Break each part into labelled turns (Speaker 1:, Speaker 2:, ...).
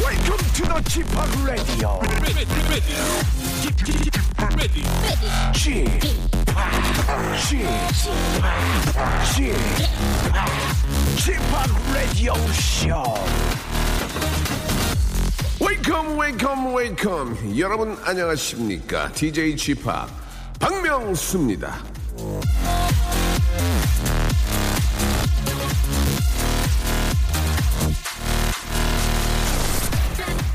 Speaker 1: Welcome to the Chip Radio. Chip, Chip, Chip Radio Show.
Speaker 2: 웨이컴 웨이컴 웨이컴 여러분 안녕하십니까 DJ g p 박명수입니다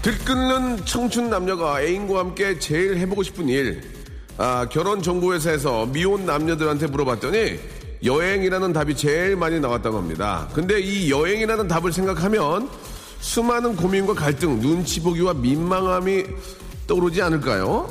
Speaker 2: 들끓는 청춘 남녀가 애인과 함께 제일 해보고 싶은 일 아, 결혼 정보회사에서 미혼 남녀들한테 물어봤더니 여행이라는 답이 제일 많이 나왔다고 합니다 근데 이 여행이라는 답을 생각하면 수많은 고민과 갈등 눈치 보기와 민망함이 떠오르지 않을까요?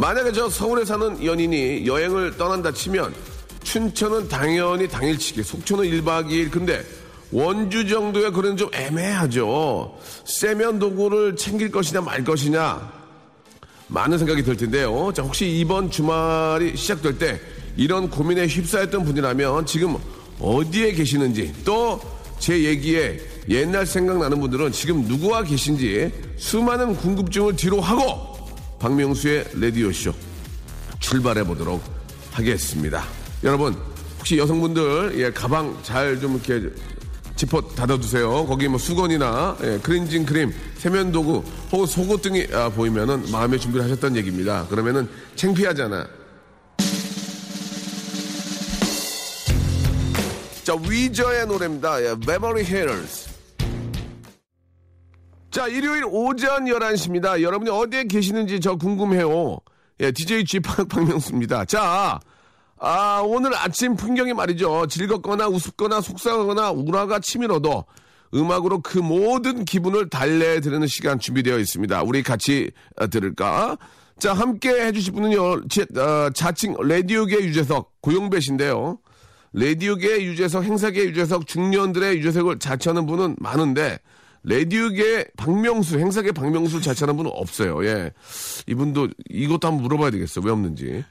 Speaker 2: 만약에 저 서울에 사는 연인이 여행을 떠난다 치면 춘천은 당연히 당일치기, 속초는 1박 2일. 근데 원주 정도의 그런 좀 애매하죠. 세면 도구를 챙길 것이냐 말 것이냐 많은 생각이 들 텐데요. 자, 혹시 이번 주말이 시작될 때 이런 고민에 휩싸였던 분이라면 지금 어디에 계시는지 또 제 얘기에 옛날 생각나는 분들은 지금 누구와 계신지 수많은 궁금증을 뒤로 하고 박명수의 라디오쇼 출발해 보도록 하겠습니다. 여러분, 혹시 여성분들, 예, 가방 잘 좀 이렇게 짚어 닫아두세요. 거기 뭐 수건이나, 예, 크린징 크림, 세면도구, 혹은 속옷 등이 아, 보이면은 마음의 준비를 하셨다는 얘기입니다. 그러면은 창피하잖아. 자, 위저의 노래입니다. 예, Beverly Hills. 자, 일요일 오전 11시입니다. 여러분이 어디에 계시는지 저 궁금해요. 예, DJ G 박- 박명수입니다. 자, 아, 오늘 아침 풍경이 말이죠. 즐겁거나 우습거나 속상하거나 우라가 치밀어도 음악으로 그 모든 기분을 달래드리는 시간 준비되어 있습니다. 우리 같이 어, 들을까? 자, 함께 해주실 분은요, 지- 어, 자칭 라디오계 유재석, 고용배 씨인데요. 라디오계 유재석, 행사계 유재석, 중년들의 유재석을 자처하는 분은 많은데, 라디오계 박명수, 행사계 박명수 자처하는 분은 없어요. 예. 이분도 이것도 한번 물어봐야 되겠어. 왜 없는지.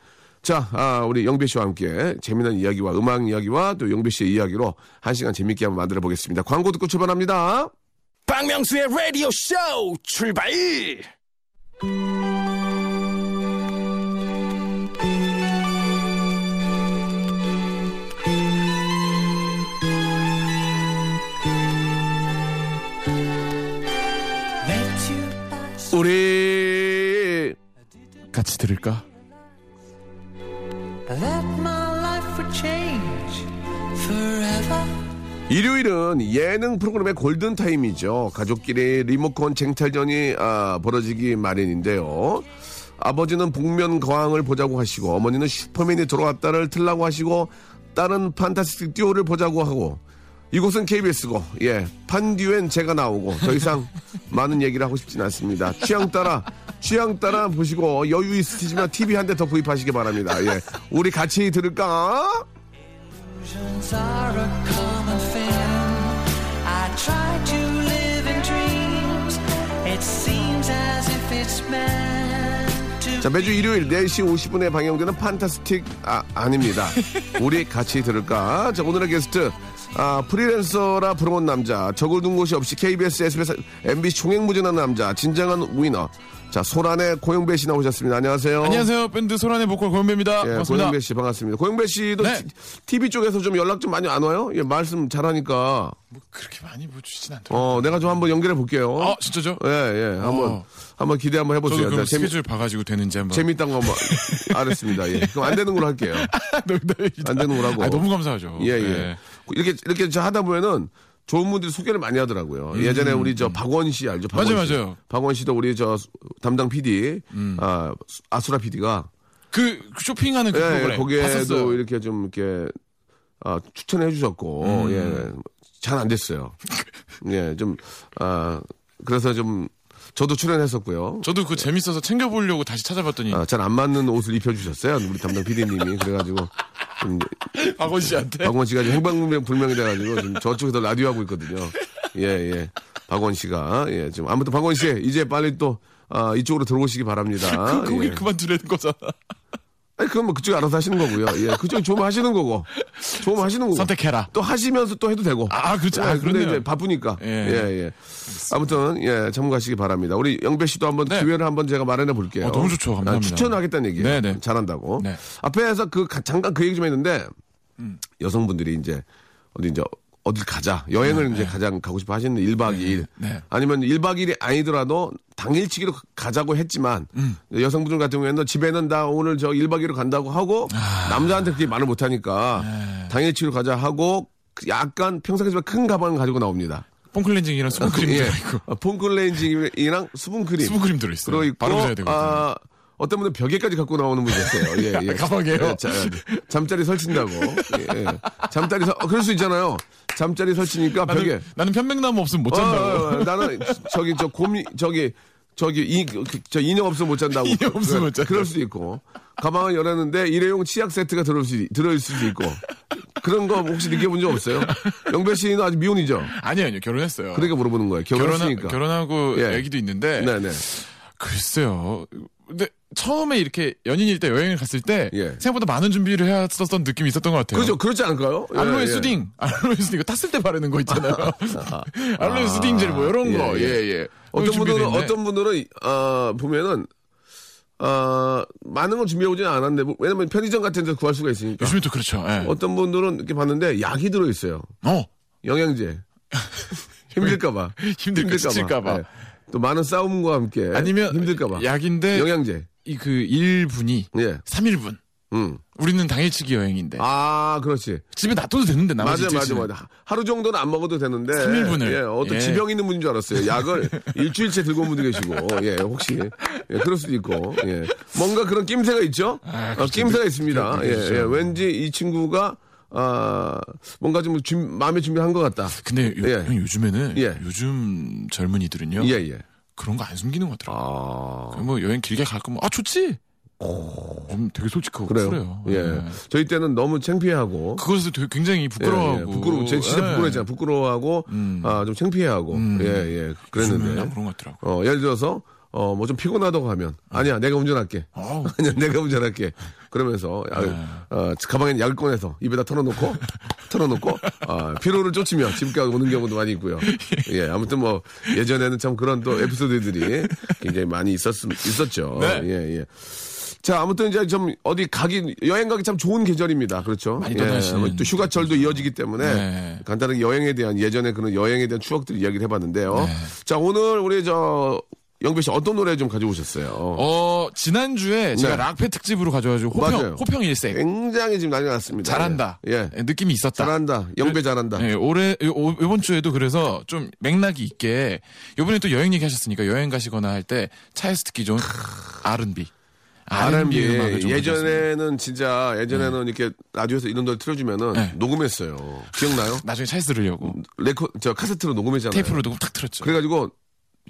Speaker 2: 자, 아, 우리 영배 씨와 함께 재미난 이야기와 음악 이야기와 또 영배 씨의 이야기로 한 시간 재밌게 한번 만들어 보겠습니다. 광고 듣고 출발합니다.
Speaker 1: 박명수의 Radio Show 출발.
Speaker 2: 우리
Speaker 3: 같이 들을까?
Speaker 4: that my life would change forever.
Speaker 2: 일요일은 예능 프로그램의 골든타임이죠. 가족끼리 리모컨 쟁탈전이 아, 벌어지기 마련인데요. 아버지는 복면 거항을 보자고 하시고 어머니는 슈퍼맨이 돌아왔다를 틀라고 하시고 딸은 판타스틱 듀오를 보자고 하고 이곳은 KBS고 예 판듀엔 제가 나오고 더 이상 많은 얘기를 하고 싶진 않습니다. 취향 따라 취향 따라 보시고 여유 있으시면 TV 한 대 더 구입하시기 바랍니다. 예 우리 같이 들을까?
Speaker 4: Visions are a common thing. I try to live in dreams. It seems as if it's meant to
Speaker 2: 자, 매주 일요일 4시 50분에 방영되는 판타스틱, 아, 아닙니다. 우리 같이 들을까? 자, 오늘의 게스트, 아, 프리랜서라 부러운 남자, 적을 둔 곳이 없이 KBS, SBS, MBC 총행무진한 남자, 진정한 위너. 자, 소란의 고영배 씨 나오셨습니다. 안녕하세요.
Speaker 5: 안녕하세요. 밴드 소란의 보컬 고현배입니다.
Speaker 2: 예,
Speaker 5: 반갑습니다.
Speaker 2: 고영배 씨 반갑습니다. 고영배 씨도
Speaker 5: 네.
Speaker 2: 티- TV 쪽에서 좀 연락 좀 많이 안 와요? 예, 말씀 잘하니까.
Speaker 5: 뭐 그렇게 많이 보여주진 않더라고요.
Speaker 2: 어, 내가 좀 한번 연결해 볼게요.
Speaker 5: 아, 진짜죠?
Speaker 2: 예, 예. 한번,
Speaker 5: 어.
Speaker 2: 한번 기대 한번
Speaker 5: 저도
Speaker 2: 해보세요.
Speaker 5: 그럼
Speaker 2: 자, 재미-
Speaker 5: 스케줄 봐가지고 되는지 한번.
Speaker 2: 어. 재밌단 거 한번 알았습니다. 예. 그럼 안 되는 걸로 할게요.
Speaker 5: 농담입니다.
Speaker 2: 안 되는 거라고.
Speaker 5: 아, 너무 감사하죠.
Speaker 2: 예, 예.
Speaker 5: 네.
Speaker 2: 이렇게, 이렇게 저 하다 보면은 좋은 분들이 소개를 많이 하더라고요. 예전에 우리 저 박원 씨 알죠? 박원
Speaker 5: 음. 맞아요, 음.
Speaker 2: 씨.
Speaker 5: 맞아요.
Speaker 2: 박원 씨도 우리 저 담당 PD, 아, 아수라 PD가
Speaker 5: 그 쇼핑하는 그
Speaker 2: 예,
Speaker 5: 프로그램
Speaker 2: 거기에도
Speaker 5: 봤었어요.
Speaker 2: 이렇게 좀 이렇게 아, 추천해 주셨고
Speaker 5: 음.
Speaker 2: 예, 잘 안 됐어요. 예, 좀 아, 그래서 좀 저도 출연했었고요.
Speaker 5: 저도 그 재밌어서 챙겨보려고 다시 찾아봤더니
Speaker 2: 잘 안 맞는 옷을 입혀주셨어요. 우리 담당 PD님이 그래가지고 좀
Speaker 5: 박원 씨한테
Speaker 2: 박원 씨가 지금 행방불명 불명이 돼가지고 지금 저쪽에서 라디오 하고 있거든요. 예, 예. 박원 씨가 예, 지금 아무튼 박원 씨 이제 빨리 또 아, 이쪽으로 들어오시기 바랍니다.
Speaker 5: 그 거기
Speaker 2: 예.
Speaker 5: 그만두라는 거잖아.
Speaker 2: 아니, 그건 뭐 그쪽에 알아서 하시는 거고요. 예, 그쪽에 좋으면 하시는 거고. 좋으면 하시는 거고.
Speaker 5: 선택해라.
Speaker 2: 또 하시면서 또 해도 되고.
Speaker 5: 아, 그렇죠. 아,
Speaker 2: 예, 근데
Speaker 5: 그렇네요.
Speaker 2: 이제 바쁘니까.
Speaker 5: 예.
Speaker 2: 예, 예. 아무튼, 예, 참고하시기 바랍니다. 우리 영배 씨도 한번
Speaker 5: 네.
Speaker 2: 기회를 한번 제가 마련해 볼게요.
Speaker 5: 어, 너무 좋죠.
Speaker 2: 아,
Speaker 5: 감사합니다.
Speaker 2: 추천하겠다는 얘기예요.
Speaker 5: 네, 네.
Speaker 2: 잘한다고.
Speaker 5: 네.
Speaker 2: 앞에서 그, 가- 잠깐 그 얘기 좀 했는데, 여성분들이 이제, 어디 이제, 어딜 가자. 여행을 이제 가장 가고 싶어 하시는 1박 2일.
Speaker 5: 네.
Speaker 2: 아니면 1박 2일이 아니더라도 당일치기로 가자고 했지만
Speaker 5: 음.
Speaker 2: 여성분들 같은 경우에는 집에는 나 오늘 저 1박 2일로 간다고 하고
Speaker 5: 아.
Speaker 2: 남자한테 그렇게 말을 못 하니까
Speaker 5: 네.
Speaker 2: 당일치기로 가자 하고 그 약간 평상시보다 큰 가방을 가지고 나옵니다.
Speaker 5: 폼클렌징이랑 수분크림
Speaker 2: 예.
Speaker 5: 들어있고
Speaker 2: 어, 폼클렌징이랑 수분크림.
Speaker 5: 수분크림 들어있어요.
Speaker 2: 들어있고,
Speaker 5: 바로 자야 되거든요. 아,
Speaker 2: 아, 어떤 분은 벽에까지 갖고 나오는 분이 있어요. 예, 예.
Speaker 5: 가방에요?
Speaker 2: 예, 자, 잠자리 설친다고. 예, 예. 잠자리 설, 어, 그럴 수 있잖아요. 잠자리 설치니까
Speaker 5: 나는,
Speaker 2: 벽에.
Speaker 5: 나는 편백나무 없으면 못
Speaker 2: 어,
Speaker 5: 잔다고.
Speaker 2: 어, 어, 나는 저기 저 곰이 저기 저기 이 그, 저 인형 없으면 못 잔다고.
Speaker 5: 인형 없으면 못 잔다고.
Speaker 2: 그럴 수도 있고 가방을 열었는데 일회용 치약 세트가 들어올 수 들어올 수도 있고 그런 거 혹시 느껴본 적 없어요? 영배 씨는 아직 미혼이죠.
Speaker 5: 아니요, 아니요. 결혼했어요.
Speaker 2: 그러니까 물어보는 거예요. 결혼했으니까.
Speaker 5: 결혼하, 고
Speaker 2: 예.
Speaker 5: 애기도 있는데
Speaker 2: 네네.
Speaker 5: 글쎄요. 근데 처음에 이렇게 연인일 때 여행을 갔을 때
Speaker 2: 예.
Speaker 5: 생각보다 많은 준비를 해왔었던 느낌이 있었던 것 같아요.
Speaker 2: 그죠? 그렇지 않을까요? 예,
Speaker 5: 알로에
Speaker 2: 예.
Speaker 5: 수딩, 알로에 수딩 이거 탔을 때 바르는 거 있잖아요. 알로에 수딩젤 뭐 이런
Speaker 2: 예,
Speaker 5: 거,
Speaker 2: 예.
Speaker 5: 예 예.
Speaker 2: 어떤
Speaker 5: 그거 준비돼
Speaker 2: 분들은
Speaker 5: 있네.
Speaker 2: 어떤 분들은 아 보면은 아 많은 걸 준비해 오지는 않았는데 뭐, 왜냐면 편의점 같은 데서 구할 수가 있으니까.
Speaker 5: 요즘에 또 그렇죠. 예.
Speaker 2: 어떤 분들은 이렇게 봤는데 약이 들어 있어요.
Speaker 5: 어,
Speaker 2: 영양제. 힘들까봐.
Speaker 5: 힘들까, 지칠까봐.
Speaker 2: 예. 또 많은 싸움과 함께.
Speaker 5: 아니면
Speaker 2: 힘들까봐.
Speaker 5: 약인데
Speaker 2: 영양제.
Speaker 5: 이 그 1분이
Speaker 2: 예.
Speaker 5: 3일분.
Speaker 2: 음.
Speaker 5: 우리는 당일치기 여행인데
Speaker 2: 아, 그렇지.
Speaker 5: 집에 놔둬도 되는데
Speaker 2: 맞아,
Speaker 5: 나머지
Speaker 2: 맞아,
Speaker 5: 일주일치는.
Speaker 2: 맞아. 하루 정도는 안 먹어도 되는데.
Speaker 5: 3일분을.
Speaker 2: 예, 어떤
Speaker 5: 예.
Speaker 2: 지병 있는 분인 줄 알았어요. 약을 일주일째 들고 온 분도 계시고. 예, 혹시. 예, 그럴 수도 있고. 예. 뭔가 그런 낌새가 있죠? 아,
Speaker 5: 그렇죠.
Speaker 2: 낌새가 있습니다. 예,
Speaker 5: 그렇죠.
Speaker 2: 예. 왠지 이 친구가, 아, 뭔가 좀 준, 마음의 준비를 한 것 같다.
Speaker 5: 근데 요,
Speaker 2: 예.
Speaker 5: 형 요즘에는
Speaker 2: 예.
Speaker 5: 요즘 젊은이들은요
Speaker 2: 예, 예.
Speaker 5: 그런 거 안 숨기는 것 같더라고요.
Speaker 2: 아.
Speaker 5: 그냥 뭐 여행 길게 갈 거면 아 좋지. 좀 되게 솔직하고
Speaker 2: 그래요.
Speaker 5: 그래요. 네.
Speaker 2: 예. 저희 때는 너무 창피해하고.
Speaker 5: 그것을 되게 굉장히 부끄러워하고
Speaker 2: 예, 예. 부끄러워. 제- 진짜
Speaker 5: 예. 음.
Speaker 2: 부끄러워했잖아. 부끄러워하고, 아, 좀 창피해하고. 예, 예.
Speaker 5: 요즘에는 안
Speaker 2: 그랬는데.
Speaker 5: 그런 것 같더라고. 요
Speaker 2: 어, 예를 들어서, 어, 뭐 좀 피곤하다고 하면, 아니야, 내가 운전할게.
Speaker 5: 아우.
Speaker 2: 아니야, 내가 운전할게. 그러면서, 아,
Speaker 5: 네.
Speaker 2: 어, 가방에 약을 꺼내서 입에다 털어놓고, 털어놓고, 아, 피로를 쫓으며 집까지 오는 경우도 많이 있고요. 예, 아무튼 뭐, 예전에는 참 그런 또 에피소드들이 굉장히 많이 있었, 있었죠.
Speaker 5: 네.
Speaker 2: 예, 예. 자, 아무튼 이제 좀 어디 가기, 여행 가기 참 좋은 계절입니다. 그렇죠.
Speaker 5: 많이
Speaker 2: 예,
Speaker 5: 떠나시는
Speaker 2: 뭐또 휴가철도 이어지기 때문에
Speaker 5: 네.
Speaker 2: 간단하게 여행에 대한 예전에 그런 여행에 대한 추억들 이야기를 해봤는데요.
Speaker 5: 네.
Speaker 2: 자, 오늘 우리 저 영배 씨 어떤 노래 좀 가져오셨어요?
Speaker 5: 어 지난주에 제가 락페 특집으로 가져와가지고
Speaker 2: 네. 맞아요.
Speaker 5: 호평 호평 일색
Speaker 2: 굉장히 지금 난리 났습니다.
Speaker 5: 예. 잘한다.
Speaker 2: 예. 예.
Speaker 5: 느낌이 있었다.
Speaker 2: 잘한다. 영배 잘한다.
Speaker 5: 네, 올해 요- 요번 주에도 그래서 좀 맥락이 있게 요번에 또 여행 얘기하셨으니까 여행 가시거나 할 때 차에서 듣기 좋은 R&B.
Speaker 2: R&B
Speaker 5: R&B 음악을 좀 가져왔습니다.
Speaker 2: 예전에는 진짜 예전에는 이렇게 라디오에서 이런 노래 틀어주면은
Speaker 5: 네.
Speaker 2: 녹음했어요. 기억나요?
Speaker 5: 나중에 차에서 들으려고
Speaker 2: 레코 저 카세트로 녹음했잖아요.
Speaker 5: 테이프로 놓고 탁
Speaker 2: 음,
Speaker 5: 틀었죠.
Speaker 2: 그래가지고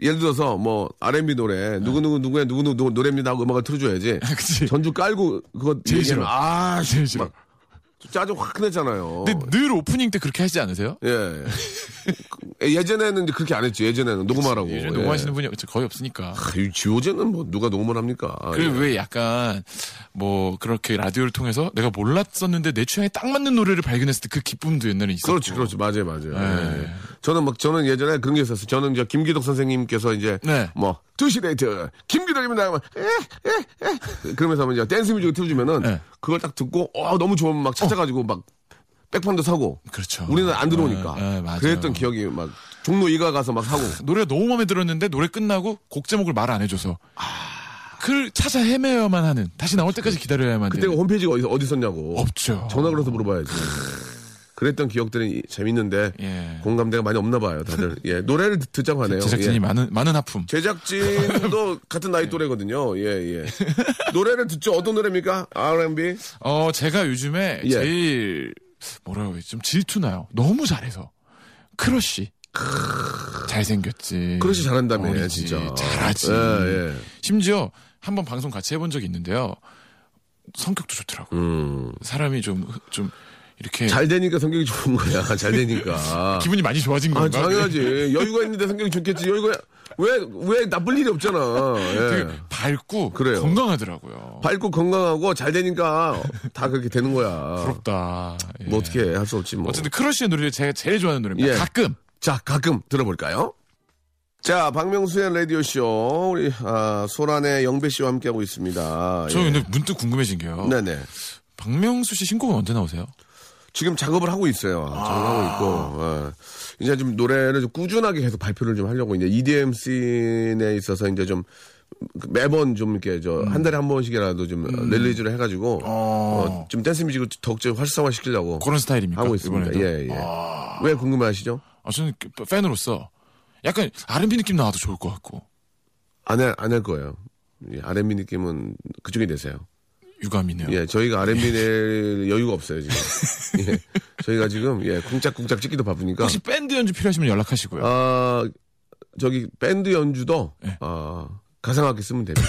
Speaker 2: 예를 들어서 뭐 R&B
Speaker 5: 예.
Speaker 2: 노래 누구 누구 누구의 누구 누구 노래입니다 하고 음악을 틀어줘야지.
Speaker 5: 그치.
Speaker 2: 전주 깔고 그거
Speaker 5: 제일
Speaker 2: 얘기하면
Speaker 5: 싫어.
Speaker 2: 아,
Speaker 5: 아, 제일 싫어.
Speaker 2: 막 어. 짜증 확 냈잖아요.
Speaker 5: 근데 늘 오프닝 때 그렇게 하시지 않으세요?
Speaker 2: 예. 그, 예전에는 이제 그렇게 안 했지. 예전에는 녹음하라고.
Speaker 5: 요즘
Speaker 2: 예.
Speaker 5: 녹음하시는 분이 거의 없으니까.
Speaker 2: 아, 이 지오제는 뭐 누가 녹음을 합니까? 아,
Speaker 5: 그리고
Speaker 2: 예.
Speaker 5: 왜 약간 뭐 그렇게 라디오를 통해서 내가 몰랐었는데 내 취향에 딱 맞는 노래를 발견했을 때 그 기쁨도 옛날에 있었고.
Speaker 2: 그렇지, 그렇지, 맞아요, 맞아요.
Speaker 5: 네.
Speaker 2: 예. 저는 막 저는 예전에 그런 게 있었어요. 저는 이제 김기덕 선생님께서 이제
Speaker 5: 네.
Speaker 2: 뭐 두시 데이트 김기덕입니다. 하면 에, 에, 에. 그러면서 이제 댄스 뮤직 틀어주면은
Speaker 5: 네.
Speaker 2: 그걸 딱 듣고 어 너무 좋으면 막 찾아가지고 막 백판도 사고.
Speaker 5: 그렇죠.
Speaker 2: 우리는 안 들어오니까.
Speaker 5: 예, 예, 맞아요.
Speaker 2: 그랬던 기억이 막 종로 이가 가서 막 사고.
Speaker 5: 노래가 너무 마음에 들었는데 노래 끝나고 곡 제목을 말 안 해줘서 그걸 찾아 헤매어야만 하는 다시 나올 때까지 기다려야만
Speaker 2: 아. 그때가
Speaker 5: 되는
Speaker 2: 홈페이지가 어디 어디 있었냐고.
Speaker 5: 없죠
Speaker 2: 전화 걸어서 물어봐야지. 그랬던 기억들이 재밌는데
Speaker 5: 예.
Speaker 2: 공감대가 많이 없나 봐요, 다들. 예, 노래를 듣- 듣자고 하네요.
Speaker 5: 제작진이
Speaker 2: 예.
Speaker 5: 많은 많은 하품.
Speaker 2: 제작진도 같은 나이 또래거든요. 예, 예. 노래를 듣죠. 어떤 노래입니까? R&B?
Speaker 5: 어 제가 요즘에
Speaker 2: 예.
Speaker 5: 제일 뭐라고 해야지 좀 질투나요. 너무 잘해서 크러쉬. 잘생겼지.
Speaker 2: 크러쉬 잘한다며,
Speaker 5: 어리지,
Speaker 2: 진짜.
Speaker 5: 잘하지.
Speaker 2: 예, 예.
Speaker 5: 심지어 한 번 방송 같이 해본 적이 있는데요. 성격도 좋더라고요.
Speaker 2: 음.
Speaker 5: 사람이 좀 좀 이렇게
Speaker 2: 잘 되니까 성격이 좋은 거야. 잘 되니까.
Speaker 5: 기분이 많이 좋아진
Speaker 2: 아,
Speaker 5: 건가?
Speaker 2: 당연하지. 여유가 있는데 성격이 좋겠지. 여유가, 왜, 왜 나쁠 일이 없잖아. 예.
Speaker 5: 되게 밝고
Speaker 2: 그래요.
Speaker 5: 건강하더라고요.
Speaker 2: 밝고 건강하고 잘 되니까 다 그렇게 되는 거야.
Speaker 5: 부럽다. 예.
Speaker 2: 뭐 어떻게 할 수 없지 뭐.
Speaker 5: 어쨌든 크러쉬의 노래를 제가 제일 좋아하는 노래입니다.
Speaker 2: 예.
Speaker 5: 가끔
Speaker 2: 자, 가끔 들어볼까요? 자, 박명수의 라디오쇼. 우리, 아, 소란의 영배 씨와 함께하고 있습니다.
Speaker 5: 저
Speaker 2: 예.
Speaker 5: 근데 문득 궁금해진 게요.
Speaker 2: 네네.
Speaker 5: 박명수 씨 신곡은 언제 나오세요?
Speaker 2: 지금 작업을 하고 있어요.
Speaker 5: 아.
Speaker 2: 작업하고 있고. 예. 이제 좀 노래를 좀 꾸준하게 계속 발표를 좀 하려고 이제 EDM 씬에 있어서 이제 좀 매번 좀 이렇게 저
Speaker 5: 음.
Speaker 2: 한 달에 한 번씩이라도 좀 릴리즈를 해가지고 어, 좀 댄스 뮤직을 더욱더 활성화 시키려고
Speaker 5: 그런 스타일입니까?
Speaker 2: 하고 있습니다.
Speaker 5: 이번에도?
Speaker 2: 예, 예. 왜 궁금해하시죠?
Speaker 5: 아, 저는 팬으로서 약간 R&B 느낌 나와도 좋을 것 같고
Speaker 2: 안 할 안 할 거예요. 예, R&B 느낌은 그쪽이 되세요.
Speaker 5: 유감이네요.
Speaker 2: 예, 저희가 R&B 낼 여유가 없어요 지금. 예, 저희가 지금 예, 쿵짝쿵짝 찍기도 바쁘니까.
Speaker 5: 혹시 밴드 연주 필요하시면 연락하시고요.
Speaker 2: 아 저기 밴드 연주도
Speaker 5: 예.
Speaker 2: 아 가상악기 쓰면 됩니다.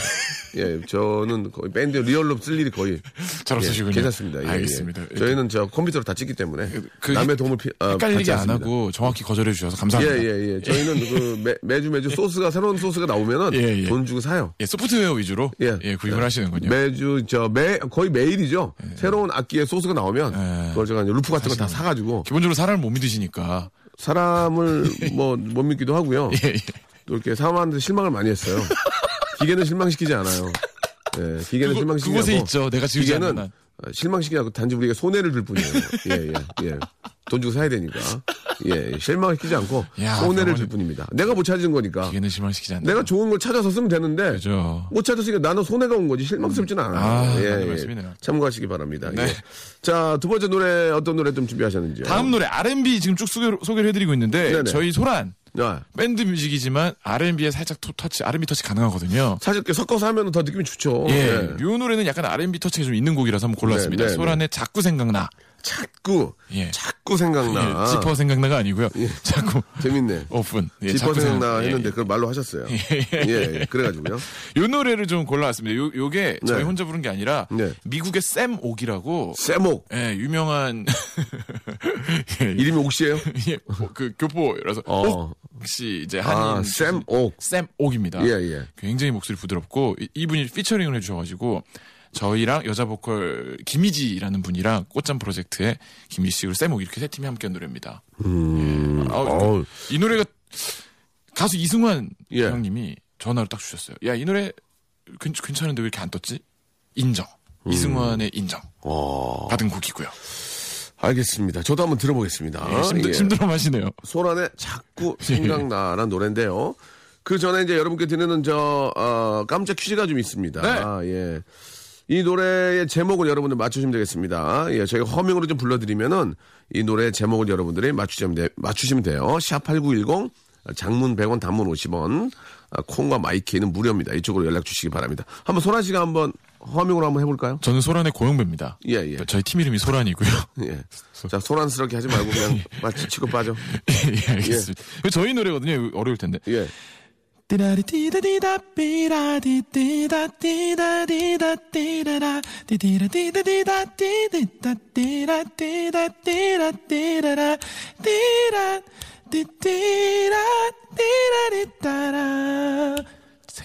Speaker 2: 예, 저는 거의 밴드 리얼로 쓸 일이 거의
Speaker 5: 잘 없으시군요.
Speaker 2: 예, 괜찮습니다. 예, 예.
Speaker 5: 알겠습니다. 이렇게
Speaker 2: 저희는 저 컴퓨터로 다 찍기 때문에
Speaker 5: 그
Speaker 2: 남의 도움을 피, 아, 받지
Speaker 5: 헷갈리게 안
Speaker 2: 않습니다.
Speaker 5: 하고 정확히 거절해 주셔서
Speaker 2: 예,
Speaker 5: 감사합니다.
Speaker 2: 예, 예. 저희는 그 매, 매주 매주 소스가 새로운 소스가 나오면은
Speaker 5: 예, 예.
Speaker 2: 돈 주고 사요.
Speaker 5: 예, 소프트웨어 위주로
Speaker 2: 예. 네.
Speaker 5: 예, 구입을 하시는군요.
Speaker 2: 매주 저 매 거의 매일이죠. 새로운 악기의 소스가 나오면
Speaker 5: 예.
Speaker 2: 그걸 제가 이제 루프 같은 거 다 사가지고
Speaker 5: 기본적으로 사람을 못 믿으시니까
Speaker 2: 사람을 뭐 못 믿기도 하고요.
Speaker 5: 예, 예.
Speaker 2: 또 이렇게 사람한테 실망을 많이 했어요. 기계는 실망시키지 않아요. 예, 기계는
Speaker 5: 그거-
Speaker 2: 실망시키지
Speaker 5: 그곳에
Speaker 2: 않고
Speaker 5: 있죠. 내가 지우지 않는
Speaker 2: 기계는
Speaker 5: 한.
Speaker 2: 어, 실망시키지 않고 단지 우리가 손해를 줄 뿐이에요. 예, 예, 예. 돈 주고 사야 되니까. 예, 예. 실망시키지 않고
Speaker 5: 야,
Speaker 2: 손해를 줄
Speaker 5: 병원에-
Speaker 2: 뿐입니다. 내가 못 찾은 거니까.
Speaker 5: 기회는 실망시키지 않는
Speaker 2: 내가 좋은 걸 찾아서 쓰면 되는데
Speaker 5: 그죠.
Speaker 2: 못 찾았으니까 나는 손해가 온 거지 실망스럽진 않아요. 예,
Speaker 5: 아, 맞는 말씀이네요. 네.
Speaker 2: 참고하시기 바랍니다. 예. 자, 두 번째 노래 어떤 노래 좀 준비하셨는지요?
Speaker 5: 다음 노래 R&B 지금 쭉 소개를, 소개를 해드리고 있는데
Speaker 2: 네네.
Speaker 5: 저희 소란
Speaker 2: 아,
Speaker 5: 밴드 뮤직이지만 R&B에 살짝 토- 터치 R&B 터치 가능하거든요.
Speaker 2: 사실 이렇게 섞어서 하면 더 느낌이 좋죠.
Speaker 5: 예, 이 노래는 약간 R&B 터치가 좀 있는 곡이라서 한번 골랐습니다.
Speaker 2: 네, 네,
Speaker 5: 소란의 자꾸 생각나.
Speaker 2: 자꾸
Speaker 5: 예.
Speaker 2: 자꾸 생각나.
Speaker 5: 예, 지퍼 생각나가 아니고요. 자꾸
Speaker 2: 재밌네.
Speaker 5: 오픈. 예,
Speaker 2: 예. 지퍼
Speaker 5: 자꾸
Speaker 2: 생각나
Speaker 5: 예,
Speaker 2: 했는데 그걸 말로 하셨어요. 예, 예. 그래가지고요.
Speaker 5: 예. 요 노래를 좀 골라왔습니다. 요 요게 저희
Speaker 2: 네.
Speaker 5: 혼자 부른 게 아니라
Speaker 2: 네.
Speaker 5: 미국의 샘 옥이라고
Speaker 2: 세목
Speaker 5: 예, 유명한 예,
Speaker 2: 이름이 옥시예요?
Speaker 5: 예, 어, 그 교포라서
Speaker 2: 어.
Speaker 5: 혹시 이제 한인
Speaker 2: 아, 쌤옥.
Speaker 5: 샘 옥입니다.
Speaker 2: 예, 예.
Speaker 5: 굉장히 목소리 부드럽고 이- 이분이 피처링을 해주셔가지고 저희랑 여자 보컬 김희지라는 분이랑 꽃잠 프로젝트의 김희지 씨고 쌤옥 뭐 이렇게 세 팀이 함께한 노래입니다. 예. 아우,
Speaker 2: 음. 어우.
Speaker 5: 이 노래가 가수 이승환
Speaker 2: 예.
Speaker 5: 형님이 전화를 딱 주셨어요. 야 이 노래 괜- 괜찮은데 왜 이렇게 안 떴지? 인정.
Speaker 2: 음.
Speaker 5: 이승환의 인정
Speaker 2: 어,
Speaker 5: 받은 곡이고요.
Speaker 2: 알겠습니다. 저도 한번 들어보겠습니다.
Speaker 5: 예, 힘들,
Speaker 2: 예.
Speaker 5: 힘들어 하시네요.
Speaker 2: 소란의 자꾸
Speaker 5: 예.
Speaker 2: 생각나라는 노래인데요. 그 전에 이제 여러분께 드리는 저 어, 깜짝 퀴즈가 좀 있습니다.
Speaker 5: 네.
Speaker 2: 아, 예. 이 노래의 제목을 여러분들 맞추시면 되겠습니다. 예, 저희가 허밍으로 좀 불러드리면은 이 노래의 제목을 여러분들이 맞추시면, 돼, 맞추시면 돼요. 샵8910 장문 100원 단문 50원 아, 콩과 마이키는 무료입니다. 이쪽으로 연락 주시기 바랍니다. 한번 소란 씨가 한번 허밍으로 한번 해볼까요?
Speaker 5: 저는 소란의 고영배입니다.
Speaker 2: 예, 예.
Speaker 5: 저희 팀 이름이 소란이고요.
Speaker 2: 예. 자, 소란스럽게 하지 말고 그냥 마치 치고 빠져.
Speaker 5: 예, 알겠습니다. 저희 노래거든요. 어려울 텐데.
Speaker 2: 예.
Speaker 5: 띠라리 띠다디다 삐라디 띠다 띠다 디다 띠라라 띠디라 띠다디다 띠디다 띠라 띠다 띠라 띠라라 띠라 띠띠라 띠라리 따라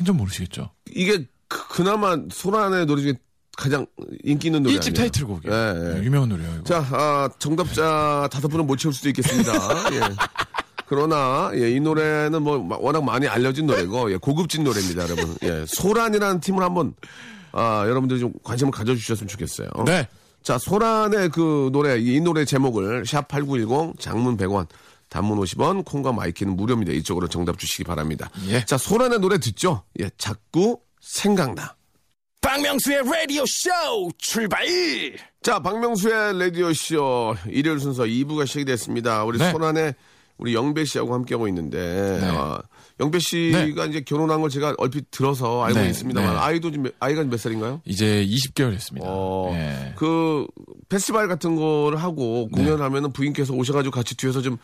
Speaker 5: 생전 모르시겠죠?
Speaker 2: 이게 그, 나마 소란의 노래 중에 가장 인기 있는 노래.
Speaker 5: 1집
Speaker 2: 아니에요?
Speaker 5: 타이틀곡이에요. 네,
Speaker 2: 예, 예.
Speaker 5: 유명한 노래예요. 이거.
Speaker 2: 자, 아, 정답자 다섯 분은 못 채울 수도 있겠습니다. 예. 그러나 예, 이 노래는 뭐 마- 워낙 많이 알려진 노래고 예, 고급진 노래입니다, 여러분. 예, 소란이라는 팀을 한번 아, 여러분들이 좀 관심을 가져주셨으면 좋겠어요.
Speaker 5: 네.
Speaker 2: 자, 소란의 그 노래, 이 노래 제목을 샵8910 장문 100원, 단문 50원, 콩과 마이키는 무료입니다. 이쪽으로 정답 주시기 바랍니다.
Speaker 5: 예.
Speaker 2: 자, 소란의 노래 듣죠? 예, 자꾸 생각나.
Speaker 1: 박명수의 라디오 쇼 출발!
Speaker 2: 자, 박명수의 라디오쇼 일요일 순서 2부가 시작이 됐습니다. 우리
Speaker 5: 네.
Speaker 2: 손안에 우리 영배 씨하고 함께하고 있는데, 아, 영배 씨가 이제 결혼한 걸 제가 얼핏 들어서 알고
Speaker 5: 네,
Speaker 2: 있습니다만,
Speaker 5: 네.
Speaker 2: 아이도 지금, 몇- 아이가 몇 살인가요?
Speaker 5: 이제 20개월 됐습니다.
Speaker 2: 어,
Speaker 5: 예.
Speaker 2: 그, 페스티벌 같은 거를 하고
Speaker 5: 네.
Speaker 2: 공연하면은 부인께서 오셔가지고 같이 뒤에서 좀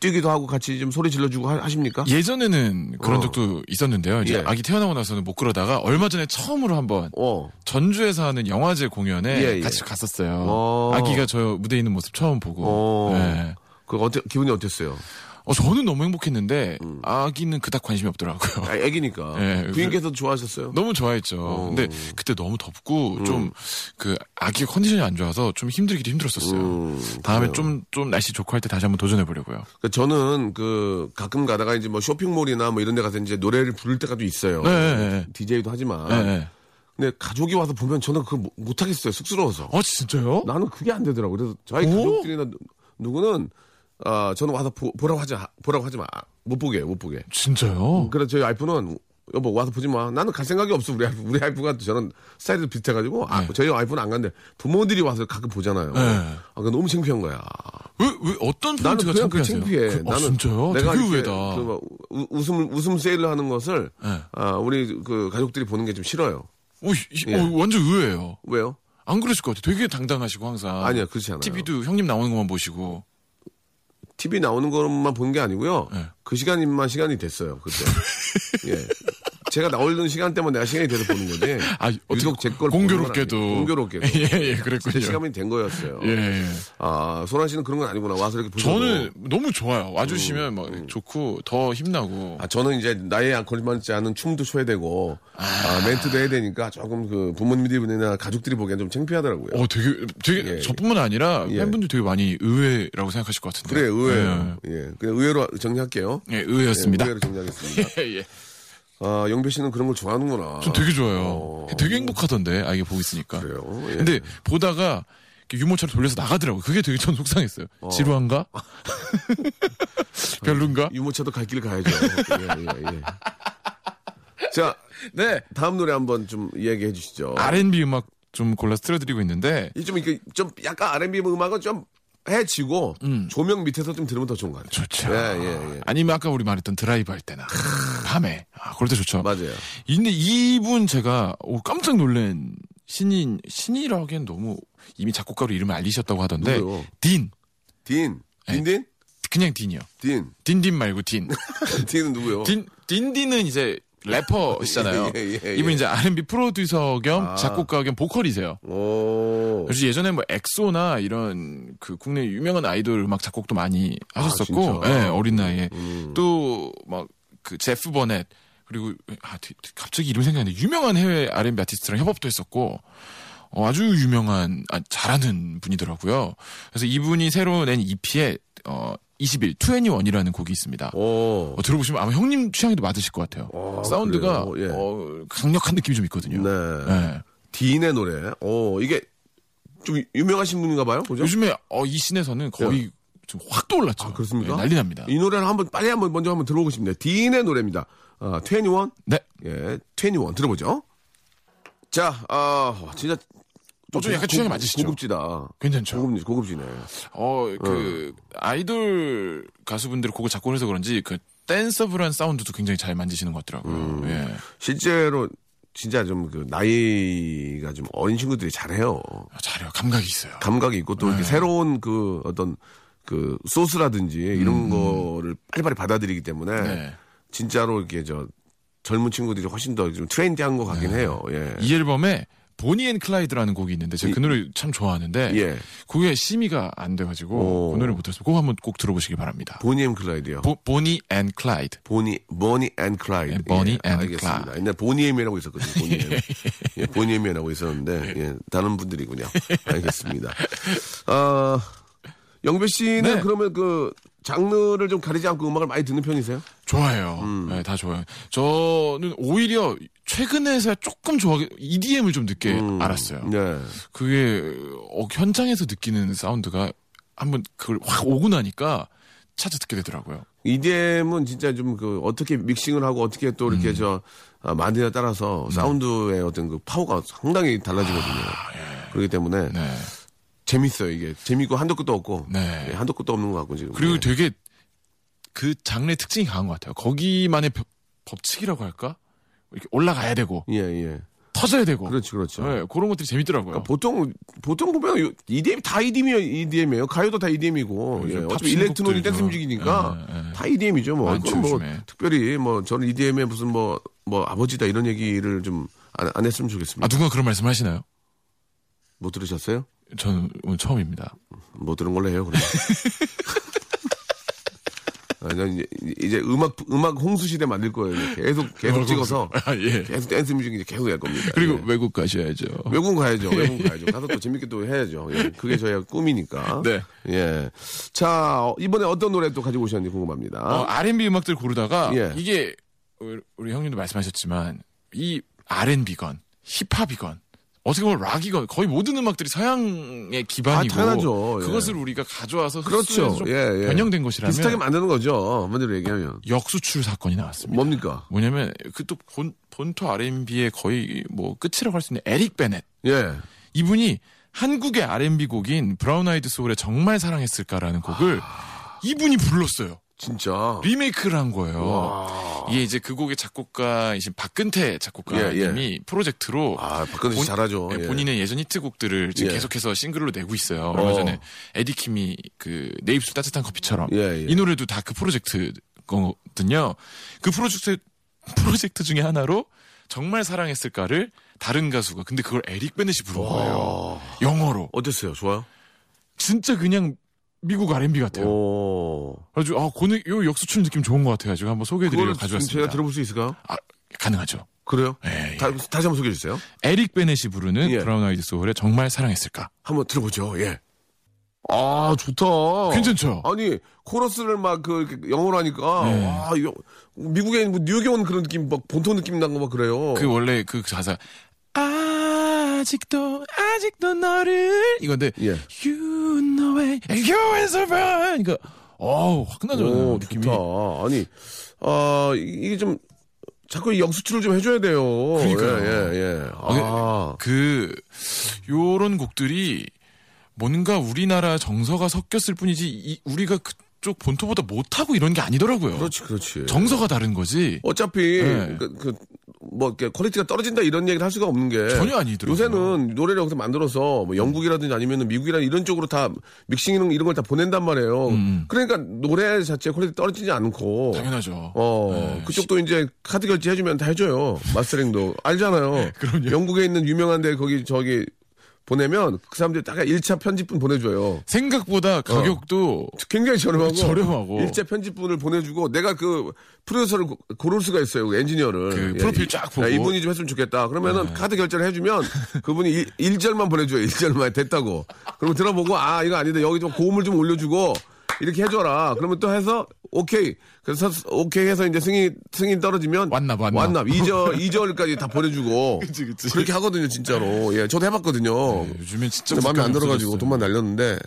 Speaker 2: 뛰기도 하고 같이 좀 소리 질러주고 하, 십니까
Speaker 5: 예전에는 그런
Speaker 2: 어.
Speaker 5: 적도 있었는데요. 이제
Speaker 2: 예.
Speaker 5: 아기 태어나고 나서는 못 그러다가 얼마 전에 처음으로 한번
Speaker 2: 어.
Speaker 5: 전주에서 하는 영화제 공연에
Speaker 2: 예, 예.
Speaker 5: 같이 갔었어요.
Speaker 2: 어.
Speaker 5: 아기가 저 무대 에 있는 모습 처음 보고.
Speaker 2: 어.
Speaker 5: 예.
Speaker 2: 그, 어때, 기분이 어땠어요?
Speaker 5: 어, 저는 너무 행복했는데 아기는 그닥 관심이
Speaker 2: 음.
Speaker 5: 없더라고요.
Speaker 2: 아, 애기니까.
Speaker 5: 예,
Speaker 2: 부인께서 좋아하셨어요? 음.
Speaker 5: 너무 좋아했죠. 근데 그때 너무 덥고 좀 그 아기 컨디션이 안 좋아서 좀 힘들기도 힘들었었어요. 다음에 좀 좀 날씨 좋고 할 때 다시 한번 도전해 보려고요.
Speaker 2: 그러니까 저는 그 가끔 가다가 이제 뭐 쇼핑몰이나 뭐 이런 데 가서 이제 노래를 부를 때가 또 있어요.
Speaker 5: 네, 네, 네.
Speaker 2: DJ도 하지만.
Speaker 5: 예. 예.
Speaker 2: 근데 가족이 와서 보면 저는 그걸 못- 못하겠어요. 쑥스러워서.
Speaker 5: 어 진짜요?
Speaker 2: 나는 그게 안 되더라고. 그래서 저희
Speaker 5: 오?
Speaker 2: 가족들이나 누- 누구는 아 저는 와서 보, 보라고 하지 마- 보라고 하지 마. 못 보게 못 보게.
Speaker 5: 진짜요?
Speaker 2: 그래서 저희 와이프는 여보 와서 보지 마. 나는 갈 생각이 없어. 우리 와이프, 우리 와이프가 저는 스타일도 비슷해가지고
Speaker 5: 네.
Speaker 2: 아, 저희 와이프는 안 간대. 부모들이 와서 가끔 보잖아요. 아, 그 너무 창피한 거야.
Speaker 5: 왜, 왜 어떤
Speaker 2: 나는
Speaker 5: 포인트가
Speaker 2: 그냥 그
Speaker 5: 창피하세요?
Speaker 2: 창피해.
Speaker 5: 그- 아,
Speaker 2: 나는
Speaker 5: 진짜요?
Speaker 2: 내가
Speaker 5: 되게
Speaker 2: 이렇게
Speaker 5: 의외다.
Speaker 2: 그막 우- 웃음 웃음 세일을 하는 것을
Speaker 5: 네.
Speaker 2: 아, 우리 그 가족들이 보는 게 좀 싫어요.
Speaker 5: 오, 이-
Speaker 2: 예.
Speaker 5: 어, 완전 의외예요.
Speaker 2: 왜요?
Speaker 5: 안 그러실 것 같아요. 되게 당당하시고 항상.
Speaker 2: 아니야, 그렇지 않아요.
Speaker 5: TV도 형님 나오는 것만 보시고.
Speaker 2: TV 나오는 것만 본 게 아니고요.
Speaker 5: 네.
Speaker 2: 그 시간만 시간이 됐어요. 그때. 예. 제가 나오는 시간 때문에 내가 시간이 돼서 보는 거지.
Speaker 5: 아,
Speaker 2: 유독 제 걸
Speaker 5: 공교롭게도.
Speaker 2: 공교롭게도.
Speaker 5: 예, 예,
Speaker 2: 제
Speaker 5: 그랬군요.
Speaker 2: 시간이 된 거였어요.
Speaker 5: 예, 예.
Speaker 2: 아, 소란 씨는 그런 건 아니구나. 와서 뭐 이렇게 보셔도.
Speaker 5: 저는 너무 좋아요. 와주시면 막 좋고 더 힘나고.
Speaker 2: 아, 저는 이제 나이에 걸맞지 않은 춤도 춰야 되고, 아, 멘트도 해야 되니까 조금 그 부모님들이나 가족들이 보기엔 좀 창피하더라고요.
Speaker 5: 어, 되게, 되게,
Speaker 2: 예.
Speaker 5: 저뿐만 아니라
Speaker 2: 예.
Speaker 5: 팬분들 되게 많이 의외라고 생각하실 것 같은데.
Speaker 2: 그래, 의외예요. 예. 그냥 의외로 정리할게요.
Speaker 5: 예, 예
Speaker 2: 예,
Speaker 5: 의외였습니다.
Speaker 2: 의외로 정리하겠습니다.
Speaker 5: 예, 예.
Speaker 2: 아, 영배 씨는 그런 걸 좋아하는구나.
Speaker 5: 전 되게 좋아요. 되게 행복하던데, 아, 이게 보고 있으니까.
Speaker 2: 어. 그래요. 예.
Speaker 5: 근데 보다가 이렇게 유모차로 돌려서 나가더라고요. 그게 되게 전 속상했어요. 지루한가? 별론가?
Speaker 2: 유모차도 갈 길 가야죠. 예, 예, 예. 자,
Speaker 5: 네. 아.
Speaker 2: 다음 노래 한번 좀 이야기해 주시죠.
Speaker 5: R&B 음악 좀 골라서 틀어드리고 있는데
Speaker 2: 이좀 이렇게 좀 약간 R&B 음악은 좀 해치고
Speaker 5: 음.
Speaker 2: 조명 밑에서 좀 들으면 더 좋은 것 같아요.
Speaker 5: 좋죠.
Speaker 2: 예, 예, 예.
Speaker 5: 아니면 아까 우리 말했던 드라이브 할 때나 밤에 아, 그럴 때 좋죠.
Speaker 2: 맞아요.
Speaker 5: 근데 이분 제가 오, 깜짝 놀란 신인 신이라기엔 너무 이미 작곡가로 이름을 알리셨다고 하던데
Speaker 2: 누구요?
Speaker 5: 딘
Speaker 2: 딘,
Speaker 5: 네.
Speaker 2: 딘딘,
Speaker 5: 그냥 딘이요.
Speaker 2: 딘,
Speaker 5: 딘딘 말고 딘.
Speaker 2: 딘은 누구요?
Speaker 5: 딘 딘딘은 이제 래퍼시잖아요.
Speaker 2: 예, 예, 예,
Speaker 5: 이분
Speaker 2: 예.
Speaker 5: 이제 R&B 프로듀서 겸
Speaker 2: 아.
Speaker 5: 작곡가 겸 보컬이세요.
Speaker 2: 오,
Speaker 5: 그래서 예전에 뭐 엑소나 이런 그 국내 유명한 아이돌 음악 작곡도 많이 하셨었고,
Speaker 2: 아, 진짜? 음.
Speaker 5: 예, 어린 나이에 또 막 그 제프 버넷 그리고 아, 뒤- 뒤- 갑자기 이름 생각이 안 나. 유명한 해외 R&B 아티스트랑 협업도 했었고. 어, 아주 유명한 아, 잘하는 분이더라고요. 그래서 이분이 새로 낸 EP에 어 20일 21이라는 곡이 있습니다.
Speaker 2: 오,
Speaker 5: 어, 들어보시면 아마 형님 취향에도 맞으실 것 같아요. 사운드가
Speaker 2: 그래요? 예.
Speaker 5: 어, 강력한 느낌이 좀 있거든요.
Speaker 2: 네.
Speaker 5: 예.
Speaker 2: 딘의 노래. 오, 이게 좀 유명하신 분인가 봐요, 그죠? 네. 아,
Speaker 5: 요즘에 어, 이 신에서는 거의 좀 확 떠올랐죠.
Speaker 2: 그렇습니까?
Speaker 5: 예, 난리 납니다.
Speaker 2: 이 노래를 한번 빨리 한번 먼저 한번 들어보고 싶네요. 딘의 노래입니다. 아, 21.
Speaker 5: 네.
Speaker 2: 예, 21 들어보죠. 자, 아, 와, 진짜
Speaker 5: 어, 좀 약간
Speaker 2: 고-
Speaker 5: 취향이 맞으시죠?
Speaker 2: 고급지다.
Speaker 5: 괜찮죠?
Speaker 2: 고급지, 고급지네.
Speaker 5: 어,
Speaker 2: 네.
Speaker 5: 그 아이돌 가수분들 곡을 작곡해서 그런지 그 댄서블한 사운드도 굉장히 잘 만드시는 것 같더라고요.
Speaker 2: 음.
Speaker 5: 예.
Speaker 2: 실제로 진짜 좀 그 나이가 좀 어린 친구들이 잘해요.
Speaker 5: 아, 잘해요. 감각이 있어요.
Speaker 2: 감각이 있고 또 이렇게
Speaker 5: 네.
Speaker 2: 새로운 그 어떤 그 소스라든지 이런 거를 빨리빨리 받아들이기 때문에
Speaker 5: 음, 네.
Speaker 2: 진짜로 이렇게 저 젊은 친구들이 훨씬 더 좀 트렌디한 것
Speaker 5: 네.
Speaker 2: 같긴 해요. 예.
Speaker 5: 이 앨범에 보니 앤 클라이드라는 곡이 있는데 제가 그 노래 참 좋아하는데
Speaker 2: 예.
Speaker 5: 그게 심의가 안 돼가지고
Speaker 2: 오.
Speaker 5: 그 노래 못 들어서 꼭 한번 꼭 들어보시기 바랍니다.
Speaker 2: 보니 앤 클라이드요.
Speaker 5: 보, 보니 앤 클라이드.
Speaker 2: 보니 보니 앤 클라이드.
Speaker 5: 예, 보니 앤
Speaker 2: 알겠습니다.
Speaker 5: 클라이드.
Speaker 2: 옛날 보니엠이라고 있었거든요. 보니엠. 예, 보니엠이라고 있었는데 예, 다른 분들이군요. 알겠습니다. 아 영배 씨는
Speaker 5: 네.
Speaker 2: 그러면 그 장르를 좀 가리지 않고 음악을 많이 듣는 편이세요?
Speaker 5: 좋아해요.
Speaker 2: 음.
Speaker 5: 네, 다 좋아요. 저는 오히려 최근에서야 조금 좋아하게 EDM을 좀 늦게 음, 알았어요.
Speaker 2: 네.
Speaker 5: 그게 어, 현장에서 느끼는 사운드가 한번 그걸 확 오고 나니까 찾아 듣게 되더라고요. 음.
Speaker 2: EDM은 진짜 좀 그 어떻게 믹싱을 하고 어떻게 또 이렇게 저 아, 만드냐에 따라서 사운드의 어떤 그 파워가 상당히 달라지거든요. 그렇기 때문에
Speaker 5: 아, 네.
Speaker 2: 재밌어요 이게 재밌고 한도 끝도 없고
Speaker 5: 네.
Speaker 2: 예, 한도 끝도 없는 것 같고 지금
Speaker 5: 그리고
Speaker 2: 예.
Speaker 5: 되게 그 장르의 특징이 강한 것 같아요. 거기만의 벼- 법칙이라고 할까? 이렇게 올라가야 되고
Speaker 2: 예, 예.
Speaker 5: 터져야 되고.
Speaker 2: 그렇죠, 그렇죠.
Speaker 5: 네, 그런 것들이 재미있더라고요.
Speaker 2: 그러니까 보통 보통 보면 요- EDM 다 EDM이에요. EDM이에요. 가요도 다 EDM이고 예,
Speaker 5: 요즘 팝
Speaker 2: 어차피 일렉트로닉
Speaker 5: 신곡들도.
Speaker 2: 댄스 뮤직이니까
Speaker 5: 예, 예.
Speaker 2: 다 EDM이죠. 뭐,
Speaker 5: 많죠,
Speaker 2: 그건 뭐
Speaker 5: 요즘에.
Speaker 2: 특별히 뭐 저는 EDM의 무슨 뭐 뭐 아버지다 이런 얘기를 좀 안 했으면 좋겠습니다.
Speaker 5: 아 누가 그런 말씀 하시나요?
Speaker 2: 못 들으셨어요?
Speaker 5: 저는 오늘 처음입니다.
Speaker 2: 못 들은 걸로 해요. 그럼. 아, 난 이제, 이제 음악 음악 홍수 시대 만들 거예요. 이제 계속 계속 찍어서 네.
Speaker 5: 아, 예.
Speaker 2: 계속 댄스 뮤직 이제 계속 할 겁니다.
Speaker 5: 그리고
Speaker 2: 예.
Speaker 5: 외국 가셔야죠.
Speaker 2: 외국 가야죠.
Speaker 5: 예.
Speaker 2: 외국 가야죠. 가서 또 재밌게 또 해야죠. 예, 그게 저희의 꿈이니까.
Speaker 5: 네.
Speaker 2: 예. 자, 어, 이번에 어떤 노래 또 가지고 오셨는지 궁금합니다.
Speaker 5: 어, R&B 음악들 고르다가
Speaker 2: 아? 예.
Speaker 5: 이게 우리- 우리 형님도 말씀하셨지만 이 R&B건 힙합이건 어떻게 보면 락이건 거의 모든 음악들이 서양의 기반이고
Speaker 2: 아, 당연하죠. 예.
Speaker 5: 그것을 우리가 가져와서
Speaker 2: 그렇죠.
Speaker 5: 흡수해서 좀
Speaker 2: 예, 예.
Speaker 5: 변형된 것이라면
Speaker 2: 비슷하게 만드는 거죠. 한마디로 얘기하면.
Speaker 5: 역수출 사건이 나왔습니다.
Speaker 2: 뭡니까?
Speaker 5: 뭐냐면 그 또 본토 R&B의 거의 뭐 끝이라고 할 수 있는 에릭 베넷
Speaker 2: 예.
Speaker 5: 이분이 한국의 R&B 곡인 브라운 아이드 소울의 정말 사랑했을까라는 곡을
Speaker 2: 아.
Speaker 5: 이분이 불렀어요.
Speaker 2: 진짜.
Speaker 5: 리메이크를 한 거예요. 이게 이제 그 곡의 작곡가이신 박근태 작곡가님이 프로젝트로
Speaker 2: 예, 아, 박근혜 씨 잘하죠.
Speaker 5: 예,
Speaker 2: 예.
Speaker 5: 본인의 예전 히트곡들을 지금
Speaker 2: 예.
Speaker 5: 계속해서 싱글로 내고 있어요. 얼마
Speaker 2: 어.
Speaker 5: 전에 에디킴이 그 내 입술 따뜻한 커피처럼
Speaker 2: 예, 예.
Speaker 5: 이 노래도 다 그 프로젝트 거든요. 그 프로젝트 프로젝트 중에 하나로 정말 사랑했을까를 다른 가수가 근데 그걸 에릭 베넷이 부른 거예요. 영어로
Speaker 2: 어땠어요? 좋아요?
Speaker 5: 진짜 그냥 미국 R&B 같아요.
Speaker 2: 오.
Speaker 5: 아주 아 고는 요 역수출 느낌 좋은 것 같아가지고 한번 소개해드리려
Speaker 2: 그걸
Speaker 5: 가져왔습니다.
Speaker 2: 제가 들어볼 수 있을까요?
Speaker 5: 아, 가능하죠.
Speaker 2: 그래요?
Speaker 5: 예,
Speaker 2: 다, 시 한번 소개해 주세요.
Speaker 5: 에릭 베넷이 부르는
Speaker 2: 예.
Speaker 5: 브라운 아이드 소울의 정말 사랑했을까.
Speaker 2: 한번 들어보죠. 예. 아, 좋다.
Speaker 5: 괜찮죠?
Speaker 2: 아니, 코러스를 막 그 영어로 하니까
Speaker 5: 네.
Speaker 2: 와, 이거 미국에 뭐 뉴욕에 온 그런 느낌 막 본토 느낌 난 거 막 그래요.
Speaker 5: 그 원래 그 가사 아직도 아직도 너를 이건데
Speaker 2: 예.
Speaker 5: You know it, you is a burn. 그러니까 어우 확 나잖아요
Speaker 2: 오,
Speaker 5: 느낌이.
Speaker 2: 좋다. 아니, 아, 이- 이게 좀 자꾸 이 역수출을 좀 해줘야 돼요.
Speaker 5: 그러니까요.
Speaker 2: 예, 예, 예. 아,
Speaker 5: 그 요런 곡들이 뭔가 우리나라 정서가 섞였을 뿐이지 이- 우리가 그쪽 본토보다 못하고 이런 게 아니더라고요.
Speaker 2: 그렇지, 그렇지.
Speaker 5: 정서가 다른 거지.
Speaker 2: 어차피
Speaker 5: 네.
Speaker 2: 그, 그, 뭐 이렇게 퀄리티가 떨어진다 이런 얘기를 할 수가 없는 게
Speaker 5: 전혀 아니더라고요.
Speaker 2: 요새는 노래를 여기서 만들어서 뭐 영국이라든지 아니면 미국이라든지 이런 쪽으로 다 믹싱 이런, 이런 걸 다 보낸단 말이에요. 그러니까 노래 자체의 퀄리티 떨어지지 않고
Speaker 5: 음, 당연하죠.
Speaker 2: 어
Speaker 5: 네.
Speaker 2: 그쪽도 이제 카드 결제 해주면 다 해줘요 마스터링도 알잖아요.
Speaker 5: 그럼요.
Speaker 2: 영국에 있는 유명한데 거기 저기 보내면 그 사람들이 딱 1차 편집분 보내줘요. 어.
Speaker 5: 생각보다 가격도
Speaker 2: 굉장히 저렴하고,
Speaker 5: 네, 저렴하고.
Speaker 2: 일제 편집분을 보내주고 내가 그 프로듀서를 고- 고를 수가 있어요 그 엔지니어를
Speaker 5: 그 프로필 쫙 보고. 네.
Speaker 2: 야, 이분이 좀 했으면 좋겠다 그러면은 카드 결제를 해주면 그분이 일, 일절만 보내줘요 일절만 됐다고 그러면 들어보고 아 이거 아닌데 여기 좀 고음을 좀 올려주고 이렇게 해줘라 그러면 또 해서 오케이 그래서 오케이 해서 이제 승인 승인 떨어지면
Speaker 5: 완납, 완납.
Speaker 2: 이절 이절까지다 보내주고 그렇게 하거든요 진짜로 예 저도 해봤거든요
Speaker 5: 요즘엔 진짜
Speaker 2: 근데 마음에 안
Speaker 5: 색감이
Speaker 2: 들어가지고
Speaker 5: 없어졌어요.
Speaker 2: 돈만 날렸는데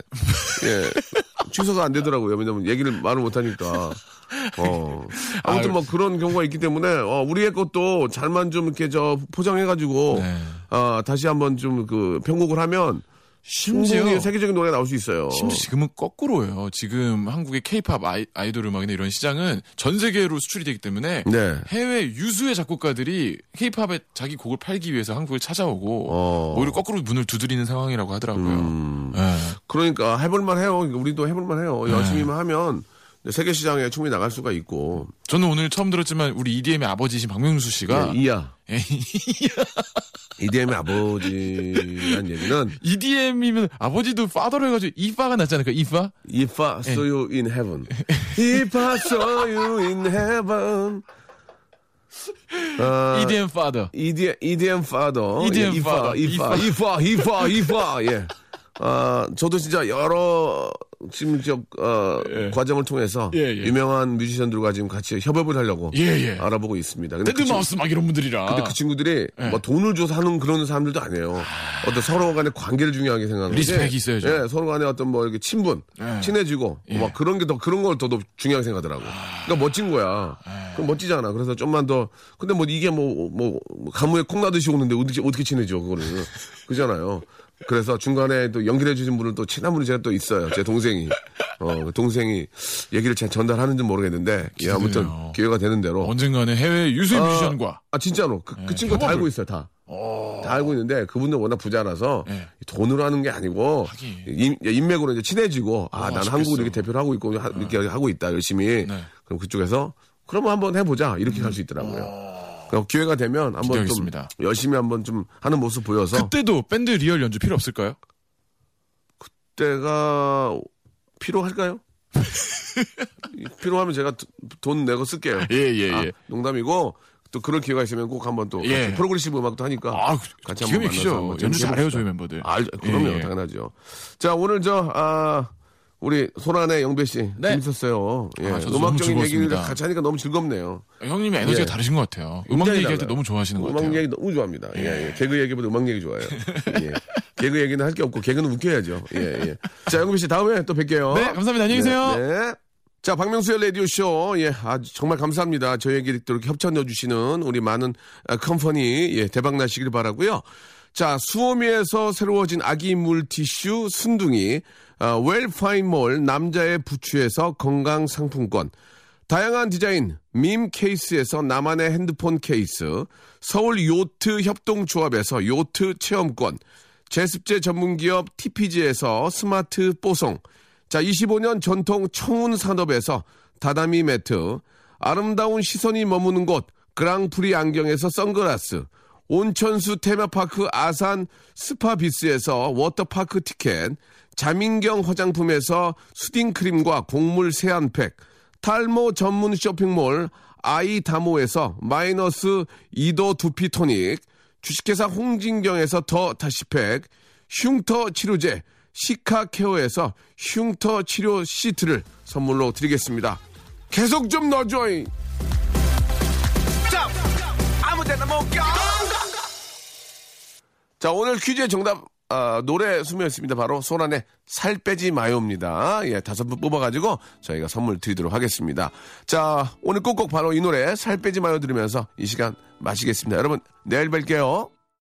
Speaker 2: 예 취소가 안 되더라고요 왜냐면 얘기를 말을 못 하니까 어 아무튼 뭐 그런 경우가 있기 때문에 어, 우리의 것도 잘만 좀 이렇게 저 포장해가지고
Speaker 5: 네.
Speaker 2: 아 다시 한번 좀 그 편곡을 하면 충분히
Speaker 5: 심지어
Speaker 2: 세계적인 노래가 나올 수 있어요
Speaker 5: 심지어 지금은 거꾸로예요. 지금 한국의 케이팝 아이돌 음악이나 이런 시장은 전 세계로 수출이 되기 때문에
Speaker 2: 네.
Speaker 5: 해외 유수의 작곡가들이 케이팝에 자기 곡을 팔기 위해서 한국을 찾아오고
Speaker 2: 어. 음.
Speaker 5: 오히려 거꾸로 문을 두드리는 상황이라고 하더라고요. 예.
Speaker 2: 그러니까 해볼만 해요 그러니까 우리도 해볼만 해요 열심히만
Speaker 5: 네.
Speaker 2: 하면 세계 시장에 충분히 나갈 수가 있고
Speaker 5: 저는 오늘 처음 들었지만 우리 EDM의 아버지이신 박명수 씨가
Speaker 2: 예, 이야 EDM의 아버지란 얘기는
Speaker 5: EDM이면 E 아버지도 파더로 해가지고 이파가 낫지 않을까? 이파?
Speaker 2: If I saw you in heaven. If I saw you in heaven. 아,
Speaker 5: EDM 파더.
Speaker 2: EDM, EDM father.
Speaker 5: EDM
Speaker 2: 예, if I,
Speaker 5: father.
Speaker 2: if I, if I, if I, if I, 예. 아, 저도 진짜 여러 지금 저 어,
Speaker 5: 예.
Speaker 2: 과정을 통해서
Speaker 5: 예, 예.
Speaker 2: 유명한 뮤지션들과 지금 같이 협업을 하려고
Speaker 5: 예, 예.
Speaker 2: 알아보고 있습니다. 근데 그, 친-
Speaker 5: 데드마우스 막 이런 분들이라.
Speaker 2: 근데 그 친구들이
Speaker 5: 예.
Speaker 2: 뭐 돈을 줘서 하는 그런 사람들도 아니에요. 어떤 서로 간의 관계를 중요하게 생각하는
Speaker 5: 리스펙이
Speaker 2: 게,
Speaker 5: 있어야죠.
Speaker 2: 예, 서로 간에 어떤 뭐 이렇게 친분,
Speaker 5: 예.
Speaker 2: 친해지고 뭐
Speaker 5: 예.
Speaker 2: 막 그런 게 더 그런 걸 더 중요하게 생각하더라고. 그러니까 멋진 거야.
Speaker 5: 예.
Speaker 2: 그럼 멋지잖아. 그래서 좀만 더 근데 뭐 이게 뭐 뭐 가무에 콩나듯이 오는데 어떻게 어떻게 친해져 그거를 그잖아요. 그래서 중간에 또 연결해 주신 분은 또 친한 분이 제가 또 있어요. 제 동생이 어그 동생이 얘기를 잘 전달하는지 모르겠는데 예, 아무튼
Speaker 5: 기대되네요.
Speaker 2: 기회가 되는 대로
Speaker 5: 언젠가는 해외 유수의 뮤지션과
Speaker 2: 아 진짜로 그,
Speaker 5: 예.
Speaker 2: 그 친구 다
Speaker 5: 협업을.
Speaker 2: 알고 있어요 다. 다 알고 있는데 그분들 워낙 부자라서
Speaker 5: 예.
Speaker 2: 돈으로 하는 게 아니고
Speaker 5: 하긴.
Speaker 2: 인, 맥으로 이제 친해지고 아 난
Speaker 5: 아쉽겠어. 어.
Speaker 2: 한국을 이렇게 대표를 하고 있고 하- 이렇게 하고 있다 열심히
Speaker 5: 네.
Speaker 2: 그럼 그쪽에서 그럼 한번 해보자 이렇게 갈 수 있더라고요. 그럼 기회가 되면 한번 좀
Speaker 5: 어. 기대하겠습니다.
Speaker 2: 열심히 한번 좀 하는 모습 보여서
Speaker 5: 그때도 밴드 리얼 연주 필요 없을까요?
Speaker 2: 그때... 가 필요할까요? 필요하면 제가 두- 돈 내고 쓸게요.
Speaker 5: 예, 예,
Speaker 2: 아,
Speaker 5: 예.
Speaker 2: 농담이고 또 그런 기회가 있으면 꼭 한번 또
Speaker 5: 예.
Speaker 2: 같이 프로그레시브 음악도 하니까
Speaker 5: 아,
Speaker 2: 같이
Speaker 5: 기가
Speaker 2: 한번 만나서
Speaker 5: 막히죠.
Speaker 2: 한번
Speaker 5: 연주
Speaker 2: 재밌게
Speaker 5: 잘해요
Speaker 2: 해봅시다.
Speaker 5: 저희 멤버들.
Speaker 2: 알, 그럼요,
Speaker 5: 예, 예.
Speaker 2: 당연하죠. 자, 오늘 저, 아, 우리 소란의 영배 씨.
Speaker 5: 네.
Speaker 2: 재밌었어요. 예.
Speaker 5: 아, 저도 너무
Speaker 2: 음악적인 얘기를
Speaker 5: 즐거웠습니다.
Speaker 2: 같이 하니까 너무 즐겁네요.
Speaker 5: 형님의 에너지가
Speaker 2: 예.
Speaker 5: 다르신 것 같아요. 음악
Speaker 2: 굉장히
Speaker 5: 얘기할 때
Speaker 2: 달라요.
Speaker 5: 너무 좋아하시는 것 같아요.
Speaker 2: 음악 얘기 너무 좋아합니다. 예, 예. 개그 얘기보다 음악 얘기 좋아해요. 예. 개그 얘기는 할 게 없고, 개그는 웃겨야죠. 예, 예. 자, 영배 씨 다음에 또 뵐게요.
Speaker 5: 네, 감사합니다. 안녕히 계세요.
Speaker 2: 네, 네. 자, 박명수의 라디오쇼. 예, 아주 정말 감사합니다. 저희에게 또 이렇게 협찬해주시는 우리 많은 아, 컴퍼니, 예, 대박나시길 바라고요 자, 수오미에서 새로워진 아기 물티슈 순둥이, 아, 웰파인몰 남자의 부추에서 건강상품권, 다양한 디자인, 밈 케이스에서 나만의 핸드폰 케이스, 서울 요트 협동조합에서 요트 체험권, 제습제 전문기업 TPG에서 스마트 뽀송, 자 25년 전통 청운 산업에서 다다미 매트, 아름다운 시선이 머무는 곳 그랑프리 안경에서 선글라스, 온천수 테마파크 아산 스파비스에서 워터파크 티켓, 자민경 화장품에서 수딩크림과 곡물 세안팩, 탈모 전문 쇼핑몰 아이다모에서 마이너스 2도 두피 토닉, 주식회사 홍진경에서 더 다시팩, 흉터 치료제 시카케어에서 흉터 치료 시트를 선물로 드리겠습니다. 계속 좀 넣어줘잉! 자, 오늘 퀴즈의 정답, 아, 노래 수미였습니다. 바로 소란의 살 빼지 마요입니다. 예, 다섯 분 뽑아가지고 저희가 선물 드리도록 하겠습니다. 자, 오늘 꼭꼭 바로 이 노래 살 빼지 마요 들으면서 이 시간 마치겠습니다. 여러분, 내일 뵐게요.